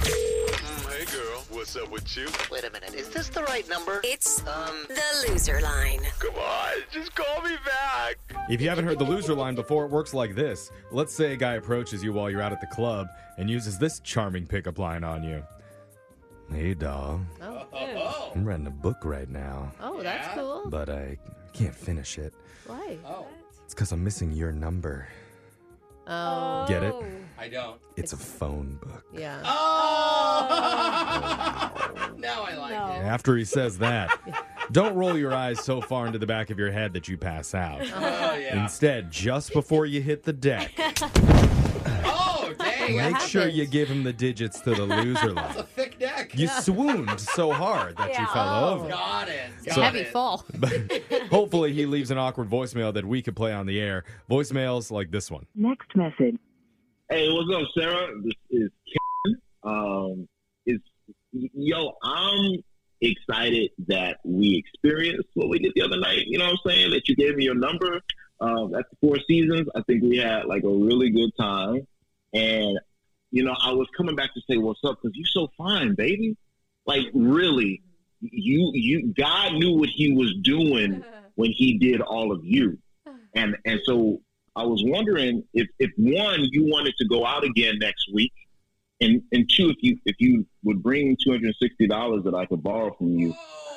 Mm, what's up with you? Wait a minute, is this the right number? It's Um, the loser line. Come on, just call me back. If you haven't heard the loser line before, it works like this. Let's say a guy approaches you while you're out at the club and uses this charming pickup line on you. Hey, doll, Oh, dude. I'm writing a book right now, oh that's cool. but I can't finish it. Why? Oh, It's because I'm missing your number. Oh, Get it? I don't. It's a phone book. yeah. Oh! now I like No. it. After he says that, don't roll your eyes so far into the back of your head that you pass out. Oh, yeah. Instead, just before you hit the deck, Oh, dang. make That's sure happened? you give him the digits to the loser a line. thick neck. You swooned so hard that you Yeah. fell Oh. over. Got it. Got So- Heavy it. fall. Hopefully, he leaves an awkward voicemail that we could play on the air. Voicemails like this one. Next message. Hey, what's up, Sarah? This is Ken. Um, it's, yo, I'm excited that we experienced what we did the other night. You know what I'm saying? That you gave me your number. Um, at the Four Seasons, I think we had like a really good time. And, you know, I was coming back to say what's up because you're so fine, baby. Like, really, you, you, God knew what he was doing when he did all of you. And, and so I was wondering if, if one, you wanted to go out again next week, and, and two, if you if you would bring two hundred and sixty dollars that I could borrow from you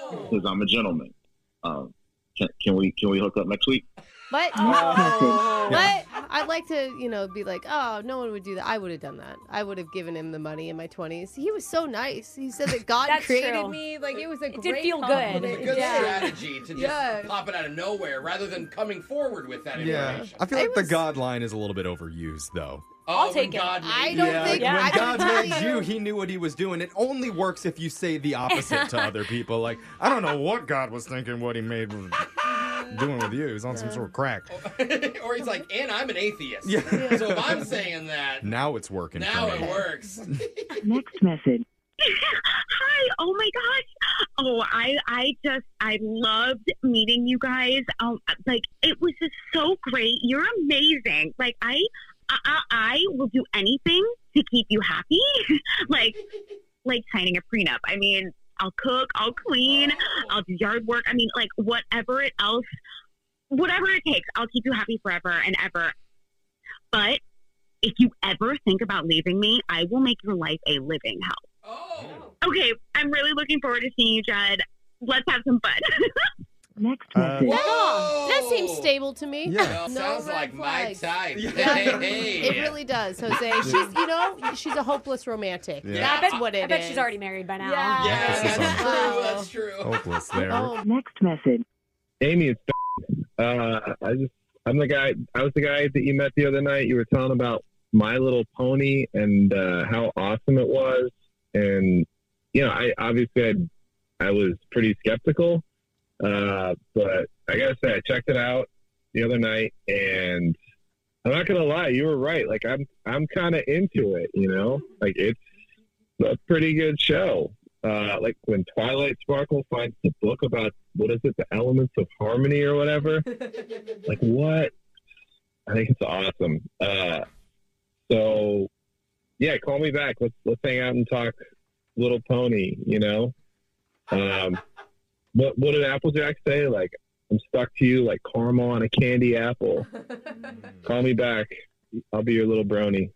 because I'm a gentleman. Um, can, can we can we hook up next week? What? Oh. What? I'd like to, you know, be like, oh, no one would do that. I would have done that. I would have given him the money in my twenties. He was so nice. He said that God That's created true. me. Like it was a It great did feel good. compliment. It's a good Yeah. strategy to just Yeah. pop it out of nowhere rather than coming forward with that information. I feel It like the was- God line is a little bit overused, though. Oh, I'll when take it. God made I you. don't think- when I God don't made think- you, He knew what He was doing. It only works if you say the opposite to other people. Like, I don't know what God was thinking, what He made was doing with you. He was on some sort of crack. or he's like, and I'm an atheist. Yeah. So if I'm saying that, Now it's working. now for it me. works. Oh. Next message. Hi. Oh my gosh. Oh, I I just I loved meeting you guys. Um, like it was just so great. You're amazing. Like I I, I, I will do anything to keep you happy. like like signing a prenup. I mean, I'll cook. I'll clean. I'll do yard work. I mean, like whatever it else, whatever it takes. I'll keep you happy forever and ever. But if you ever think about leaving me, I will make your life a living hell. Oh. Okay, I'm really looking forward to seeing you, Jed. Let's have some fun. Next Uh, message. Whoa. That seems stable to me. Yeah. Well, No sounds red like flags. my type. Yeah. Hey, hey. It really does, Jose. She's, you know, she's a hopeless romantic. Yeah. I That's bet- what it is. I bet she's already married by now. Yeah. Yeah, Emphasis that's on- true. That's true. Hopeless there. Oh, Next message. Amy, it's uh, I just I'm the guy. I was the guy that you met the other night. You were telling about My Little Pony and uh, how awesome it was, and you know, I obviously I'd, I was pretty skeptical, uh, but I gotta say I checked it out the other night, and I'm not gonna lie, you were right. Like I'm I'm kind of into it. You know, like it's a pretty good show. Uh, like when Twilight Sparkle finds the book about what is it, the elements of harmony or whatever. like what? I think it's awesome. Uh, so yeah, call me back. Let's let's hang out and talk Little Pony. You know, um, what what did Applejack say? Like I'm stuck to you like caramel on a candy apple. call me back. I'll be your little brony.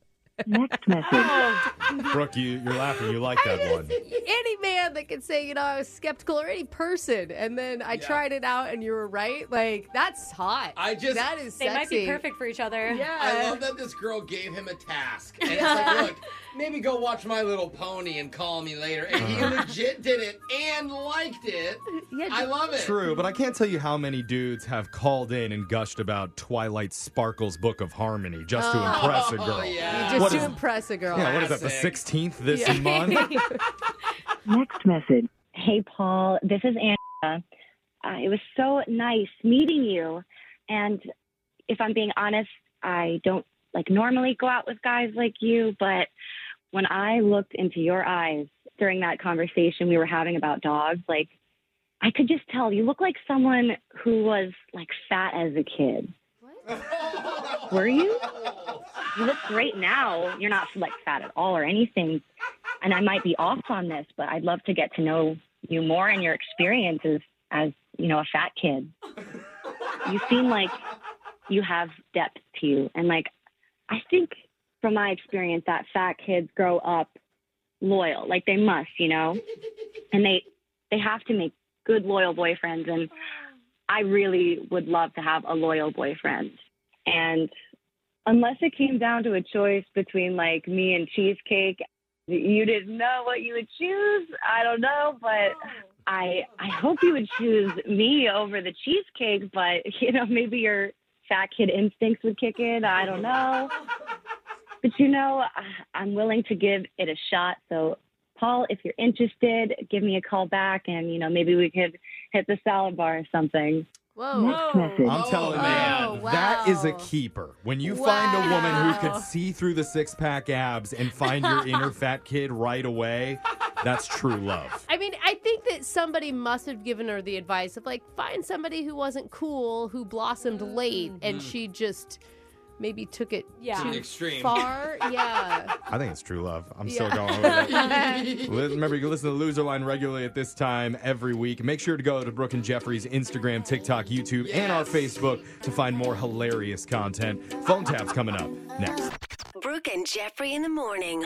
Next message. Brooke, you, you're laughing. You like that one. any man that can say, you know, I was skeptical, or any person, and then I Yeah. tried it out, and you were right. Like that's hot. I just- that is They sexy. might be perfect for each other. Yeah, I love that this girl gave him a task. And it's like, look, maybe go watch My Little Pony and call me later. And he legit did it and liked it. Yeah, I love it. True, but I can't tell you how many dudes have called in and gushed about Twilight Sparkle's Book of Harmony just to impress a girl. Oh, You yeah. just What to is- impress a girl. Yeah, what is that, the Classic. 16th this Yeah. month? Next message. Hey, Paul. This is Angela. Uh, it was so nice meeting you. And if I'm being honest, I don't like normally go out with guys like you, but when I looked into your eyes during that conversation we were having about dogs, like I could just tell you look like someone who was like fat as a kid. Were you? You look great now. You're not like fat at all or anything. and I might be off on this, but I'd love to get to know you more and your experiences as, you know, a fat kid. You seem like you have depth to you. And like, I think from my experience that fat kids grow up loyal, like they must, you know, and they, they have to make good loyal boyfriends. And I really would love to have a loyal boyfriend. And unless it came down to a choice between like me and cheesecake, you didn't know what you would choose. I don't know, but I I hope you would choose me over the cheesecake, but you know, maybe your fat kid instincts would kick in. I don't know. But you know, I- I'm willing to give it a shot. So Paul, if you're interested, give me a call back and you know, maybe we could hit the salad bar or something. Whoa. message. I'm telling you, man. Oh, Wow. that is a keeper. When you find a woman who Wow. can see through the six pack abs and find your inner fat kid right away, that's true love. I mean, I think that somebody must have given her the advice of like find somebody who wasn't cool, who blossomed late, Mm-hmm. and she just maybe took it Yeah. too Extreme. far. Yeah. I think it's true love. I'm still Yeah. going with it. Li- Remember, you can listen to Loser Line regularly at this time every week. Make sure to go to Brooke and Jeffrey's Instagram, TikTok, YouTube, and our Facebook to find more hilarious content. Phone taps coming up next. Brooke and Jeffrey in the morning.